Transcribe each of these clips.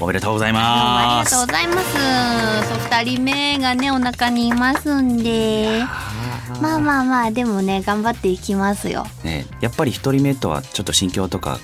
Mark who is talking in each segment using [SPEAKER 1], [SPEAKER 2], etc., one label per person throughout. [SPEAKER 1] おめでとうござい
[SPEAKER 2] どうもあ
[SPEAKER 1] ま
[SPEAKER 2] り
[SPEAKER 1] す
[SPEAKER 2] がとうございますそう二人目がねお腹にいますんでまあまあまあでもね頑張っていきますよ
[SPEAKER 1] ねやっぱり一人目とはちょっと心境とか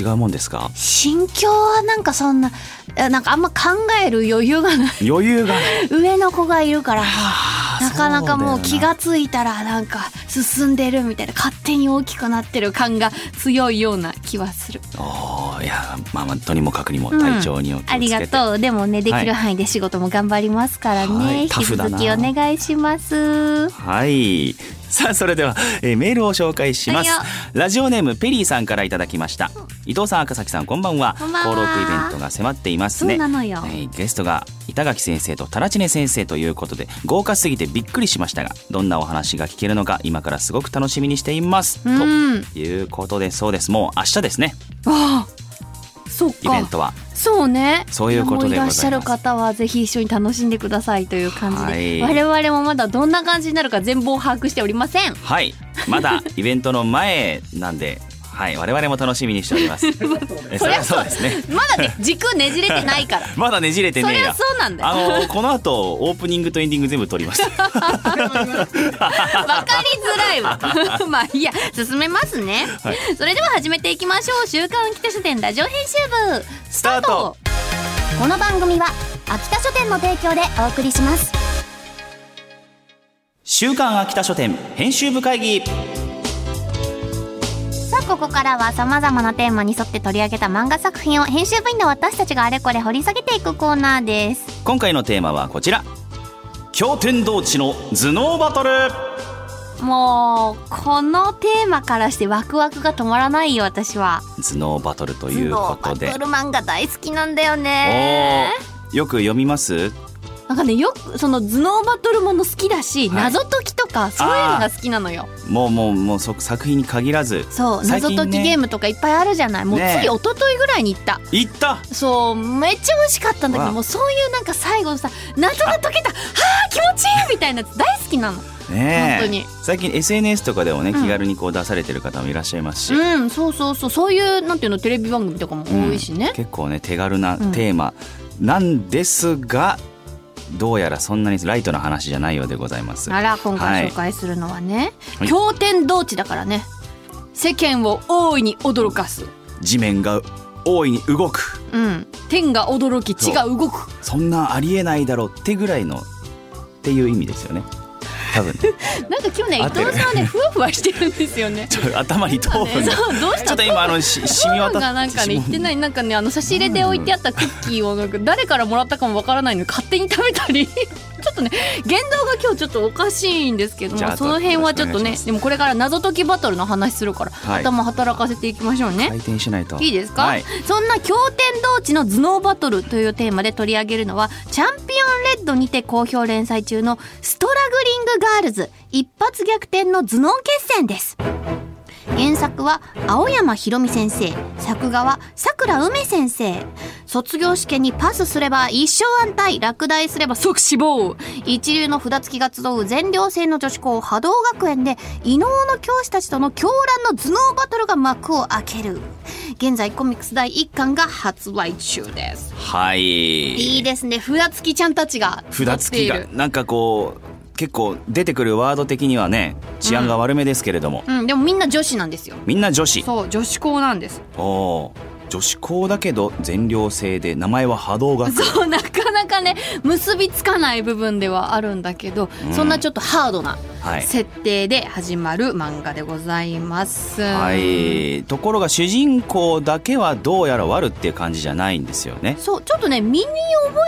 [SPEAKER 1] 違うもんですか
[SPEAKER 2] 心境はなんかそんなえなんかあんま考える余裕がない
[SPEAKER 1] 余裕が
[SPEAKER 2] 上の子がいるからなかなかもう
[SPEAKER 1] そうだよ
[SPEAKER 2] 気がついたらなんか進んでるみたいな勝手に大きくなってる感が強いような気はする
[SPEAKER 1] おーいやまあまあとにもかくにも体調にお気をつけて、
[SPEAKER 2] ありがとうでもねできる範囲で仕事も頑張りますからね、
[SPEAKER 1] はい
[SPEAKER 2] 引き
[SPEAKER 1] タフだ
[SPEAKER 2] 続
[SPEAKER 1] な
[SPEAKER 2] きお願いします
[SPEAKER 1] はい。さあそれでは、えーメールを紹介します
[SPEAKER 2] はいよ。
[SPEAKER 1] ラジオネームペリーさんからいただきました。伊藤さん赤崎さんこんばんは。
[SPEAKER 2] こんばんは
[SPEAKER 1] 登録イベントが迫っています
[SPEAKER 2] そう
[SPEAKER 1] ね。
[SPEAKER 2] なのよ
[SPEAKER 1] はいゲストが板垣先生とタラチネ先生ということで豪華すぎてびっくりしましたがどんなお話が聞けるのか今からすごく楽しみにしています
[SPEAKER 2] う
[SPEAKER 1] と
[SPEAKER 2] ん
[SPEAKER 1] いうことでそうですもう明日ですね
[SPEAKER 2] ああそっ
[SPEAKER 1] イベン
[SPEAKER 2] か
[SPEAKER 1] トは
[SPEAKER 2] そうね
[SPEAKER 1] そういうことでございます
[SPEAKER 2] やもういらっしゃる方はぜひ一緒に楽しんでくださいという感じで、
[SPEAKER 1] はい
[SPEAKER 2] 我々もまだどんな感じになるか全貌を把握しておりません
[SPEAKER 1] はいまだイベントの前なんではい我々も楽しみにしております えそれはそうですね
[SPEAKER 2] まだね軸ねじれてないから
[SPEAKER 1] まだねじれ て
[SPEAKER 2] そ
[SPEAKER 1] ねえ
[SPEAKER 2] り
[SPEAKER 1] や
[SPEAKER 2] ゃそうなんだよ
[SPEAKER 1] あのこの後オープニングとエンディング全部撮りました。
[SPEAKER 2] わかりづらいわ まあいいや進めますね、
[SPEAKER 1] はい
[SPEAKER 2] それでは始めていきましょう週刊秋田書店ラジオ編集部
[SPEAKER 1] スタート
[SPEAKER 2] この番組は秋田書店の提供でお送りします
[SPEAKER 1] 週刊秋田書店編集部会議。
[SPEAKER 2] さあここからはさまざまなテーマに沿って取り上げた漫画作品を編集部員の私たちがあれこれ掘り下げていくコーナーです
[SPEAKER 1] 今回のテーマはこちら。驚天動地の頭脳バトル。
[SPEAKER 2] もうこのテーマからしてワクワクが止まらないよ私は
[SPEAKER 1] 頭脳バトルというこ
[SPEAKER 2] バ
[SPEAKER 1] と
[SPEAKER 2] ト
[SPEAKER 1] で。
[SPEAKER 2] ル漫画大好きなんだよ
[SPEAKER 1] お
[SPEAKER 2] ね
[SPEAKER 1] ーよく読みます。
[SPEAKER 2] なんかねよくその頭脳バトルもの好きだし、
[SPEAKER 1] はい
[SPEAKER 2] 謎解きとかそういうのが好きなのよ
[SPEAKER 1] もうもうもうそ作品に限らず。
[SPEAKER 2] そう
[SPEAKER 1] 最
[SPEAKER 2] 謎
[SPEAKER 1] 近ね
[SPEAKER 2] 解きゲームとかいっぱいあるじゃないもう
[SPEAKER 1] ね
[SPEAKER 2] 次一昨日ぐらいに行った、
[SPEAKER 1] いった。
[SPEAKER 2] そうめっちゃ美味しかったんだけ
[SPEAKER 1] わ
[SPEAKER 2] ど
[SPEAKER 1] あ
[SPEAKER 2] もうそういうなんか最後のさ謎が解けたはあ気持ちいいみたいなやつ大好きなの
[SPEAKER 1] ねえ
[SPEAKER 2] 本当に
[SPEAKER 1] 最近 SNS とかでもね
[SPEAKER 2] うん
[SPEAKER 1] 気軽にこう出されてる方もいらっしゃいますし。
[SPEAKER 2] うんそうそうそうそういうなんていうのテレビ番組とかも多いしね、
[SPEAKER 1] 結構ね手軽なテーマなんですが、どうやらそんなにライトな話じゃないようでございます。
[SPEAKER 2] あ
[SPEAKER 1] は
[SPEAKER 2] ら今回紹介するのはね、
[SPEAKER 1] はい
[SPEAKER 2] 驚天動地だからね世間を大いに驚かす
[SPEAKER 1] い地面が大いに動く
[SPEAKER 2] うん天が驚き地が動く
[SPEAKER 1] そんなありえないだろうってぐらいのっていう意味ですよね。多分
[SPEAKER 2] なんか今日ね伊
[SPEAKER 1] 合ってる
[SPEAKER 2] 藤さんはねふわふわしてるんですよ ね
[SPEAKER 1] ちょっと頭に糖分が。
[SPEAKER 2] そうどうし
[SPEAKER 1] ちょ
[SPEAKER 2] た
[SPEAKER 1] っと今あのし染み
[SPEAKER 2] パン
[SPEAKER 1] 渡
[SPEAKER 2] がな
[SPEAKER 1] っ
[SPEAKER 2] ん
[SPEAKER 1] て
[SPEAKER 2] かね
[SPEAKER 1] し
[SPEAKER 2] 言
[SPEAKER 1] ま
[SPEAKER 2] ってないなんかねあの差し入れで置いてあったクッキーをなんか誰からもらったかもわからないのに勝手に食べたり ちょっとね言動が今日ちょっとおかしいんですけど
[SPEAKER 1] じゃ
[SPEAKER 2] も
[SPEAKER 1] あ
[SPEAKER 2] その辺はちょっと
[SPEAKER 1] よろしくお願
[SPEAKER 2] ね
[SPEAKER 1] いします
[SPEAKER 2] でもこれから謎解きバトルの話するから、
[SPEAKER 1] はい
[SPEAKER 2] 頭働かせていきましょうね。
[SPEAKER 1] 回転しないと。
[SPEAKER 2] いいですか、
[SPEAKER 1] はい。
[SPEAKER 2] そんな驚天動地の頭脳バトルというテーマで取り上げるのはチャンピオンレッドにて好評連載中のストラグリングガールズ一発逆転の頭脳決戦です原作は青山ひろみ先生作画はさくら梅先生卒業試験にパスすれば一生安泰落第すれば即死亡一流の札付きが集う全寮制の女子校波動学園で異能の教師たちとの狂乱の頭脳バトルが幕を開ける現在コミックス第1巻が発売中です
[SPEAKER 1] はい。
[SPEAKER 2] いいですね札付きちゃんたちが
[SPEAKER 1] 札付き
[SPEAKER 2] 撮っ
[SPEAKER 1] が
[SPEAKER 2] ている
[SPEAKER 1] なんかこう結構出てくるワード的にはね治安が悪めですけれども、
[SPEAKER 2] うんでもみんな女子なんですよ
[SPEAKER 1] みんな女子。
[SPEAKER 2] そう女子校なんです
[SPEAKER 1] おお女子校だけど全寮制で名前は波動学園
[SPEAKER 2] そうなかなかね結びつかない部分ではあるんだけど、
[SPEAKER 1] うん
[SPEAKER 2] そんなちょっとハードな
[SPEAKER 1] はい
[SPEAKER 2] 設定で始まる漫画でございます。
[SPEAKER 1] はい、ところが主人公だけはどうやら悪っていう感じじゃないんですよね。
[SPEAKER 2] そうちょっとね身に覚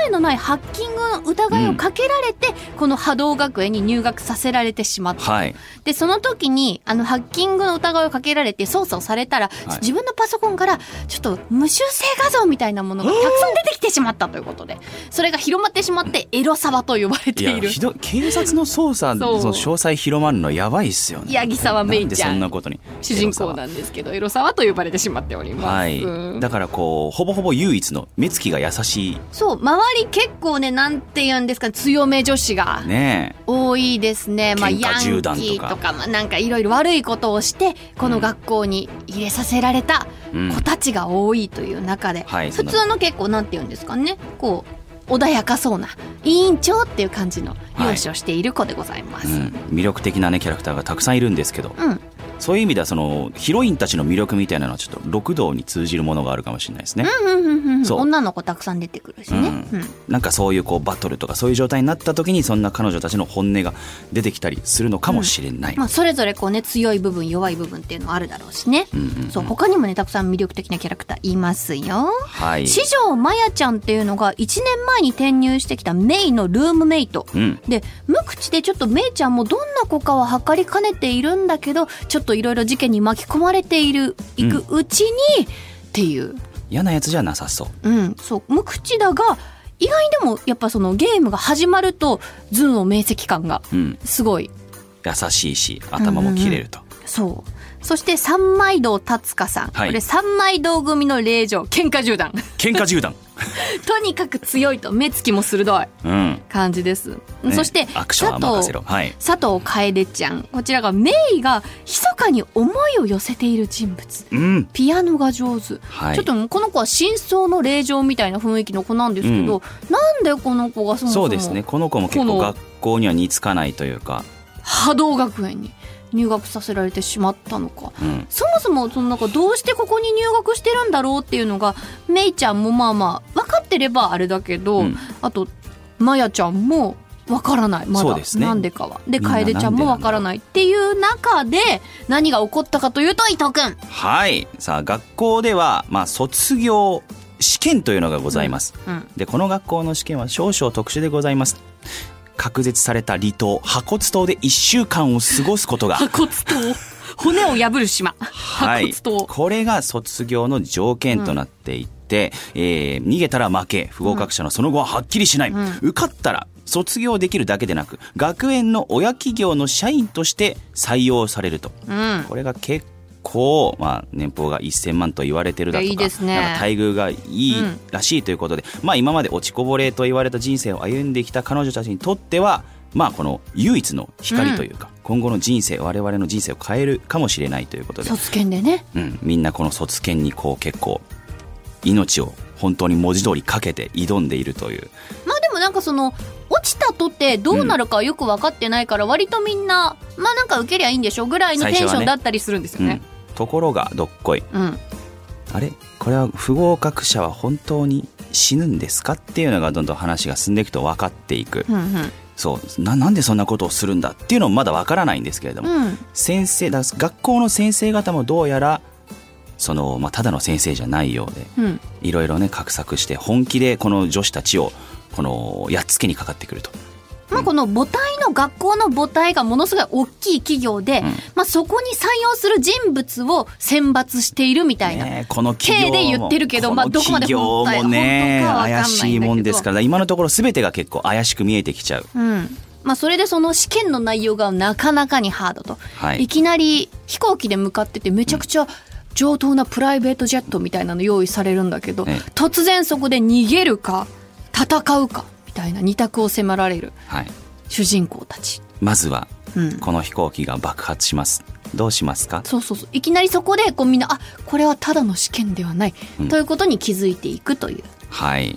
[SPEAKER 2] えのないハッキングの疑いをかけられて、この波動学園に入学させられてしまった、
[SPEAKER 1] はい、
[SPEAKER 2] でその時にあのハッキングの疑いをかけられて操作をされたら、
[SPEAKER 1] い
[SPEAKER 2] 自分のパソコンからちょっと無修正画像みたいなものがたくさん出てきてしまったということでそれが広まってしまってエロサバと呼ばれ
[SPEAKER 1] い
[SPEAKER 2] て
[SPEAKER 1] や
[SPEAKER 2] いる
[SPEAKER 1] ひどい警察の捜査
[SPEAKER 2] そう
[SPEAKER 1] のその詳細広まるのやばいっすよね。
[SPEAKER 2] 八木沢メイ
[SPEAKER 1] なんで
[SPEAKER 2] ち
[SPEAKER 1] そ
[SPEAKER 2] ゃ
[SPEAKER 1] んなんことに
[SPEAKER 2] 主人公なんですけどエロサワと呼ばれてしまっております、
[SPEAKER 1] はい、
[SPEAKER 2] うん
[SPEAKER 1] だからこうほぼほぼ唯一の目つきが優しい
[SPEAKER 2] そう周り結構ねなんて言うんですか強め女子が
[SPEAKER 1] ね
[SPEAKER 2] 多いですね、まあ、
[SPEAKER 1] 喧嘩
[SPEAKER 2] ヤンキ
[SPEAKER 1] 銃弾と
[SPEAKER 2] ー
[SPEAKER 1] か
[SPEAKER 2] とかまあなんかいろいろ悪いことをしてこの学校に入れさせられた
[SPEAKER 1] うん
[SPEAKER 2] 子たちが多いという中で、
[SPEAKER 1] はい
[SPEAKER 2] 普通の結構なんて言うんですかねこう穏やかそうな委員長っていう感じの容姿をしている子でございます。
[SPEAKER 1] うん、魅力的なねキャラクターがたくさんいるんですけど
[SPEAKER 2] うん、
[SPEAKER 1] そういう意味ではそのヒロインたちの魅力みたいなのはちょっと六道に通じるものがあるかもしれないですね、
[SPEAKER 2] うんうんうんうん
[SPEAKER 1] そう
[SPEAKER 2] 女の子たくさん出てくるしね、
[SPEAKER 1] う
[SPEAKER 2] うんん
[SPEAKER 1] なんかそういうこうバトルとかそういう状態になった時にそんな彼女たちの本音が出てきたりするのかもしれない、
[SPEAKER 2] まあ、それぞれこうね強い部分弱い部分っていうのはあるだろうしね、
[SPEAKER 1] うんうんうん
[SPEAKER 2] そう他にもねたくさん魅力的なキャラクターいますよ。
[SPEAKER 1] はい、
[SPEAKER 2] 四条まやちゃんっていうのが1年前に転入してきたメイのルームメイト。
[SPEAKER 1] うん、
[SPEAKER 2] で無口でちょっとメイちゃんもどんな子かは測りかねているんだけどちょっといろいろ事件に巻き込まれているいくうちに、っていう、
[SPEAKER 1] 嫌なやつじゃなさそう
[SPEAKER 2] うん、そう無口だが意外にでもやっぱそのゲームが始まると頭脳明晰感が
[SPEAKER 1] うん、
[SPEAKER 2] すごい
[SPEAKER 1] 優しいし頭も切れると、
[SPEAKER 2] そうそして三枚堂達香さん、
[SPEAKER 1] はい
[SPEAKER 2] これ三枚堂組の令嬢喧嘩銃弾
[SPEAKER 1] 喧嘩銃弾、
[SPEAKER 2] とにかく強いと目つきも鋭い
[SPEAKER 1] うん
[SPEAKER 2] 感じです、
[SPEAKER 1] ね
[SPEAKER 2] そして
[SPEAKER 1] アクションは任せろはい
[SPEAKER 2] 佐藤楓ちゃんこちらがメイが密かに思いを寄せている人物
[SPEAKER 1] うん
[SPEAKER 2] ピアノが上手、
[SPEAKER 1] はい
[SPEAKER 2] ちょっともうこの子は真相の霊場みたいな雰囲気の子なんですけど、なんでこの子がそもそ
[SPEAKER 1] そ
[SPEAKER 2] も
[SPEAKER 1] うですねこの子も結
[SPEAKER 2] こ
[SPEAKER 1] 構
[SPEAKER 2] の
[SPEAKER 1] 学校には似つかないというか、
[SPEAKER 2] 波動学園に入学させられてしまったのか
[SPEAKER 1] うん、
[SPEAKER 2] そもそもそのなんかどうしてここに入学してるんだろうっていうのがメイちゃんもまあまあ分かってればあれだけど、
[SPEAKER 1] うん
[SPEAKER 2] あとマヤちゃんも分からないま
[SPEAKER 1] そう
[SPEAKER 2] だ
[SPEAKER 1] ですね
[SPEAKER 2] なんでかは。で
[SPEAKER 1] みんな
[SPEAKER 2] 楓ちゃんも分からないっていう中で何が起こったかというと伊藤くん。
[SPEAKER 1] はいさあ学校では、まあ、卒業試験というのがございます、
[SPEAKER 2] うん、
[SPEAKER 1] でこの学校の試験は少々特殊でございます隔絶された離島破骨島で1週間を過ごすことが
[SPEAKER 2] 破骨島骨を破る島
[SPEAKER 1] は
[SPEAKER 2] 破
[SPEAKER 1] い
[SPEAKER 2] 骨島、
[SPEAKER 1] これが卒業の条件となっていて、えー逃げたら負け不合格者のその後ははっきりしない、
[SPEAKER 2] うん
[SPEAKER 1] 受かったら卒業できるだけでなく学園の親企業の社員として採用されると
[SPEAKER 2] うん
[SPEAKER 1] これが結構、まあ、年俸が1000万と言われてるだとか
[SPEAKER 2] いやいいですね
[SPEAKER 1] なんか待遇がいい
[SPEAKER 2] うん
[SPEAKER 1] らしいということで、まあ、今まで落ちこぼれと言われた人生を歩んできた彼女たちにとっては、まあ、この唯一の光というか、今後の人生我々の人生を変えるかもしれないということで、
[SPEAKER 2] 卒検でね
[SPEAKER 1] うん、みんなこの卒検にこう結構命を本当に文字通りかけて挑んでいるという
[SPEAKER 2] まあでもなんかその落ちたとってどうなるかはよく分かってないから割とみんな、まあなんか受けりゃいいんでしょぐらいのテンシ
[SPEAKER 1] 最初は
[SPEAKER 2] ョ
[SPEAKER 1] ね
[SPEAKER 2] ンだったりするんですよ
[SPEAKER 1] うん
[SPEAKER 2] ね。、
[SPEAKER 1] ところがどっこい
[SPEAKER 2] うん
[SPEAKER 1] あれこれは不合格者は本当に死ぬんですかっていうのがどんどん話が進んでいくと分かっていく
[SPEAKER 2] うんうん
[SPEAKER 1] そうななんでそんなことをするんだっていうのもまだ分からないんですけれども、
[SPEAKER 2] うん
[SPEAKER 1] 先生だ学校の先生方もどうやらその、まあ、ただの先生じゃないようで
[SPEAKER 2] うん
[SPEAKER 1] いろいろね画策して本気でこの女子たちをこのやっつけにかかってくると。
[SPEAKER 2] まあ、この母体の学校の母体がものすごい大きい企業で、
[SPEAKER 1] ん
[SPEAKER 2] まあ、そこに採用する人物を選抜しているみたいな、
[SPEAKER 1] ねえこの企業も
[SPEAKER 2] 手で言ってるけど
[SPEAKER 1] の
[SPEAKER 2] まあどこまで
[SPEAKER 1] 企業
[SPEAKER 2] 本当か
[SPEAKER 1] もね
[SPEAKER 2] 本当かわかんないんだけど
[SPEAKER 1] 怪しいもんですから今のところ全てが結構怪しく見えてきちゃう。
[SPEAKER 2] うんまあ、それでその試験の内容がなかなかにハードと、
[SPEAKER 1] はい
[SPEAKER 2] い、きなり飛行機で向かっててめちゃくちゃ上等なプライベートジェットみたいなの用意されるんだけど、
[SPEAKER 1] ええ
[SPEAKER 2] 突然そこで逃げるか戦うかみたいな二択を迫られる
[SPEAKER 1] はい、
[SPEAKER 2] 主人公たち。
[SPEAKER 1] まずは
[SPEAKER 2] うん
[SPEAKER 1] この飛行機が爆発します。どうしますか
[SPEAKER 2] そうそうそういきなりそこでこうみんなあこれはただの試験ではない、
[SPEAKER 1] うん
[SPEAKER 2] ということに気づいていくという
[SPEAKER 1] はい。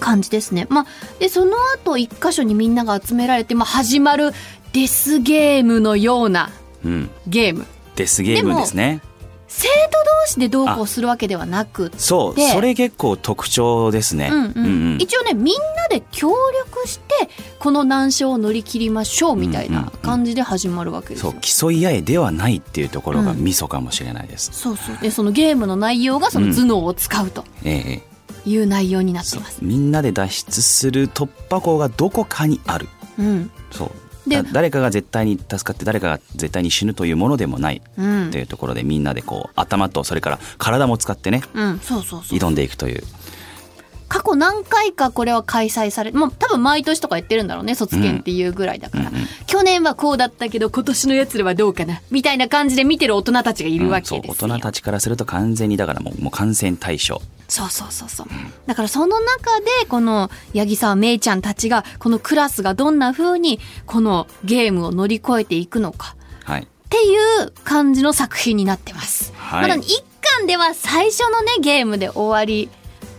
[SPEAKER 2] 感じですね。まあ、でその後一箇所にみんなが集められて、まあ、始まるデスゲームのような
[SPEAKER 1] うん。
[SPEAKER 2] ゲーム
[SPEAKER 1] デスゲームですね。
[SPEAKER 2] 生徒同士でどうこうするわけではなくて
[SPEAKER 1] そうそれ結構特徴ですね、
[SPEAKER 2] うんうん
[SPEAKER 1] うんうん
[SPEAKER 2] 一応ねみんなで協力してこの難所を乗り切りましょうみたい
[SPEAKER 1] うんう
[SPEAKER 2] な
[SPEAKER 1] んうん
[SPEAKER 2] 感じで始まるわけです
[SPEAKER 1] そ
[SPEAKER 2] よ。
[SPEAKER 1] う競い合いではないっていうところが
[SPEAKER 2] うん
[SPEAKER 1] ミソかもしれないです、
[SPEAKER 2] そうそうでそのゲームの内容がその頭脳を使うと
[SPEAKER 1] ええ
[SPEAKER 2] いう内容になって
[SPEAKER 1] そう
[SPEAKER 2] ます。
[SPEAKER 1] みんなで脱出する突破口がどこかにある
[SPEAKER 2] うん
[SPEAKER 1] そう
[SPEAKER 2] で
[SPEAKER 1] だ誰かが絶対に助かって誰かが絶対に死ぬというものでもない
[SPEAKER 2] うん
[SPEAKER 1] というところでみんなでこう頭とそれから体も使ってね
[SPEAKER 2] うん、そうそうそう
[SPEAKER 1] 挑んでいくという
[SPEAKER 2] 過去何回かこれは開催されもう多分毎年とかやってるんだろうね卒検っていうぐらいだから、
[SPEAKER 1] うんうん
[SPEAKER 2] 去年はこうだったけど今年のやつらはどうかなみたいな感じで見てる大人たちがいるわけですよ、
[SPEAKER 1] うんそう大人たちからすると完全にだからもうもう感染対象
[SPEAKER 2] そうそうそうそう。だからその中で、この、八木さん、めいちゃんたちが、このクラスがどんな風に、このゲームを乗り越えていくのか、
[SPEAKER 1] はい
[SPEAKER 2] っていう感じの作品になってます。
[SPEAKER 1] はい
[SPEAKER 2] まだ1巻では最初のね、ゲームで終わり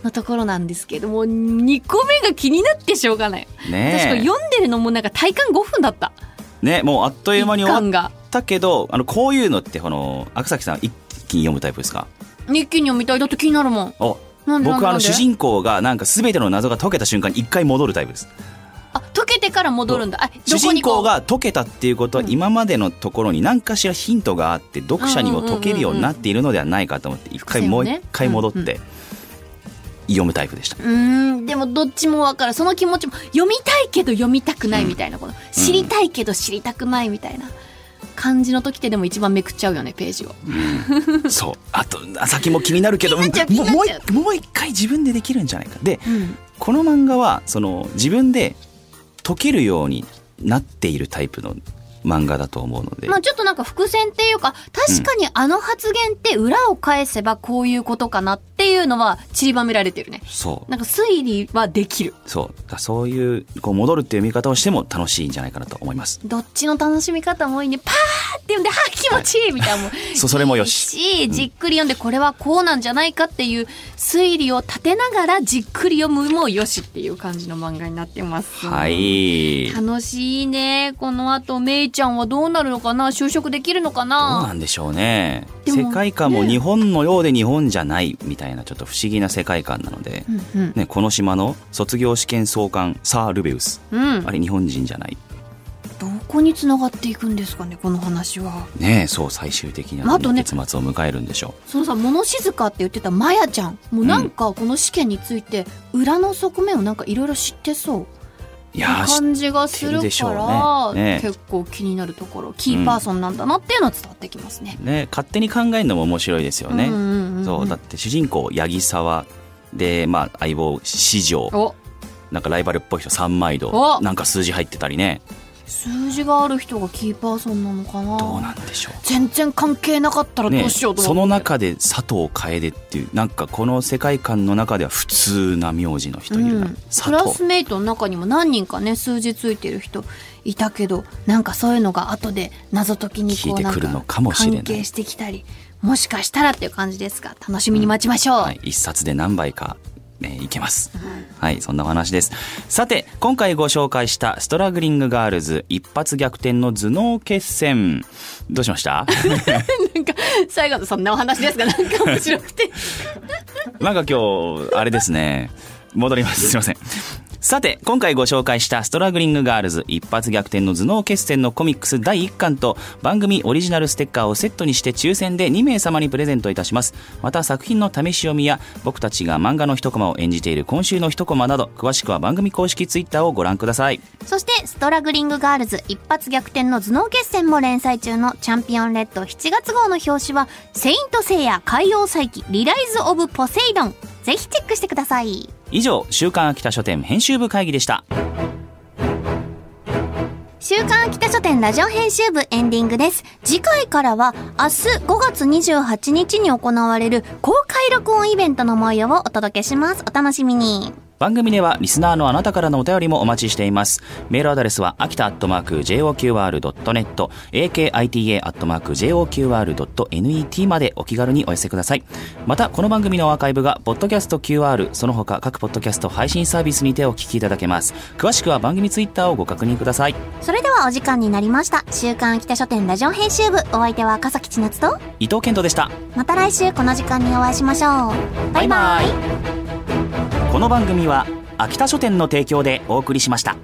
[SPEAKER 2] のところなんですけども、2個目が気になってしょうがない。私これ
[SPEAKER 1] ね
[SPEAKER 2] 読んでるのもなんか体感5分だった。
[SPEAKER 1] えねもうあっという間に
[SPEAKER 2] 1
[SPEAKER 1] 終わ
[SPEAKER 2] 巻
[SPEAKER 1] っ
[SPEAKER 2] が。
[SPEAKER 1] たけどあのこういうのってこの赤崎さん一気に読むタイプですか
[SPEAKER 2] 日記に読みたい。だって気になるもん。
[SPEAKER 1] お
[SPEAKER 2] なんでなんで
[SPEAKER 1] 僕あ
[SPEAKER 2] なん
[SPEAKER 1] の
[SPEAKER 2] で
[SPEAKER 1] 主人公がなんか全ての謎が解けた瞬間に一回戻るタイプです
[SPEAKER 2] あ、解けてから戻るんだ。あ、ど
[SPEAKER 1] 主
[SPEAKER 2] こ
[SPEAKER 1] 人
[SPEAKER 2] にこう
[SPEAKER 1] 公が解けたっていうことは今までのところに何かしらヒントがあって読者にも解けるようになっているのではないかと思って一回もう一回戻って読むタイプ でした。
[SPEAKER 2] うーんでもどっちも分かるその気持ちも読みたいけど読みたくないみたいなこの、知りたいけど知りたくないみたいな感じの時ってでも一番めくっちゃうよねページを
[SPEAKER 1] そうあと先も気になるけども
[SPEAKER 2] 気になっちゃう
[SPEAKER 1] うもう
[SPEAKER 2] 気になっ
[SPEAKER 1] 一もう一回自分でできるんじゃないかで
[SPEAKER 2] うん
[SPEAKER 1] この漫画はその自分で解けるようになっているタイプの漫画だと思うので、
[SPEAKER 2] まあちょっとなんか伏線っていうか確かにあの発言って裏を返せばこういうことかなっていうのは散りばめられてるね
[SPEAKER 1] そう
[SPEAKER 2] なんか推理はできる
[SPEAKER 1] そうだからそういうこう戻るっていう見方をしても楽しいんじゃないかなと思います。
[SPEAKER 2] どっちの楽しみ方もいいねパーって読んで「はあ気持ちいい」みたいなもう
[SPEAKER 1] そうそれもよし
[SPEAKER 2] いいじっくり読んでこれはこうなんじゃないかっていう推理を立てながらじっくり読むもよしっていう感じの漫画になってます。
[SPEAKER 1] はい
[SPEAKER 2] 楽しいね。この後、めいちゃんはどうなるのかな就職できるのか
[SPEAKER 1] どう
[SPEAKER 2] な
[SPEAKER 1] なんでしょうね
[SPEAKER 2] でも
[SPEAKER 1] 世界観も日本のようで日本じゃないみたいなちょっと不思議な世界観なので、
[SPEAKER 2] うん
[SPEAKER 1] ね、この島の卒業試験総監サー・ルベウス
[SPEAKER 2] うん。うん
[SPEAKER 1] あ。れ日本人じゃない
[SPEAKER 2] どこに繋がっていくんですかね、この話は。
[SPEAKER 1] ねえそう最終的に
[SPEAKER 2] まあ
[SPEAKER 1] は
[SPEAKER 2] あとね
[SPEAKER 1] 結末を迎えるんでしょ
[SPEAKER 2] そのさ、物静かって言ってたまやちゃん。もうなんかこの試験について、裏の側面をなんかいろいろ知ってそう。
[SPEAKER 1] ういやーし
[SPEAKER 2] 感じがする
[SPEAKER 1] 知ってるでしょ
[SPEAKER 2] か
[SPEAKER 1] う
[SPEAKER 2] ら、
[SPEAKER 1] ねね
[SPEAKER 2] 結構気になるところキーパーソンなんだなっていうのは伝わってきますね。
[SPEAKER 1] ね勝手に考えるのも面白いですよね、
[SPEAKER 2] んんんん
[SPEAKER 1] そうだって主人公八木沢で、まあ、相棒四条
[SPEAKER 2] お
[SPEAKER 1] なんかライバルっぽい人三枚堂
[SPEAKER 2] お
[SPEAKER 1] なんか数字入ってたりね
[SPEAKER 2] 数字がある人がキーパーソンなのかな
[SPEAKER 1] どうなんでしょう
[SPEAKER 2] 全然関係なかったらど
[SPEAKER 1] ね
[SPEAKER 2] うしようと
[SPEAKER 1] そ
[SPEAKER 2] 思
[SPEAKER 1] の
[SPEAKER 2] って、
[SPEAKER 1] 中で佐藤楓っていうなんかこの世界観の中では普通な名字の人いるな、
[SPEAKER 2] うん
[SPEAKER 1] 佐
[SPEAKER 2] クラス
[SPEAKER 1] 藤
[SPEAKER 2] メイトの中にも何人かね数字ついてる人いたけどなんかそういうのが後で謎解きにこ
[SPEAKER 1] 聞いうて
[SPEAKER 2] なん
[SPEAKER 1] くるのかもしれない
[SPEAKER 2] 関係してきたりもしかしたらっていう感じですが楽しみに待ちましょう、
[SPEAKER 1] はい、一冊で何倍か、ね、いけます、はいそんなお話ですさて今回ご紹介した「ストラグリングガールズ一発逆転の頭脳決戦」どうしました
[SPEAKER 2] なんか最後のそんなお話ですがなんか面白く て
[SPEAKER 1] なんか今日あれですね戻りますすいませんさて今回ご紹介した「ストラグリングガールズ一発逆転の頭脳決戦」のコミックス第1巻と番組オリジナルステッカーをセットにして抽選で2名様にプレゼントいたしますまた作品の試し読みや僕たちが漫画の一コマを演じている今週の一コマなど詳しくは番組公式ツイッターをご覧ください
[SPEAKER 2] そして、ストラグリングガールズ一発逆転の頭脳決戦も連載中のチャンピオンレッド7月号の表紙は、セイントセイヤ海洋再起リライズ・オブ・ポセイドン。ぜひチェックしてください。
[SPEAKER 1] 以上「週刊秋田書店編集部会議」でした
[SPEAKER 2] 週刊秋田書店ラジオ編集部エンディングです。次回からは明日5月28日に行われる公開録音イベントの模様をお届けします。お楽しみに。
[SPEAKER 1] 番組ではリスナーのあなたからのお便りもお待ちしていますメールアドレスは秋田アットマーク JOQR.net akita アットマーク JOQR.net までお気軽にお寄せくださいまたこの番組のアーカイブがポッドキャスト QR その他各ポッドキャスト配信サービスにてお聞きいただけます詳しくは番組ツイッターをご確認ください
[SPEAKER 2] それではお時間になりました週刊秋田書店ラジオ編集部お相手は笠木千夏と
[SPEAKER 1] 伊藤健人でした
[SPEAKER 2] また来週この時間にお会いしましょうバイバイ
[SPEAKER 1] この番組は秋田書店の提供でお送りしました。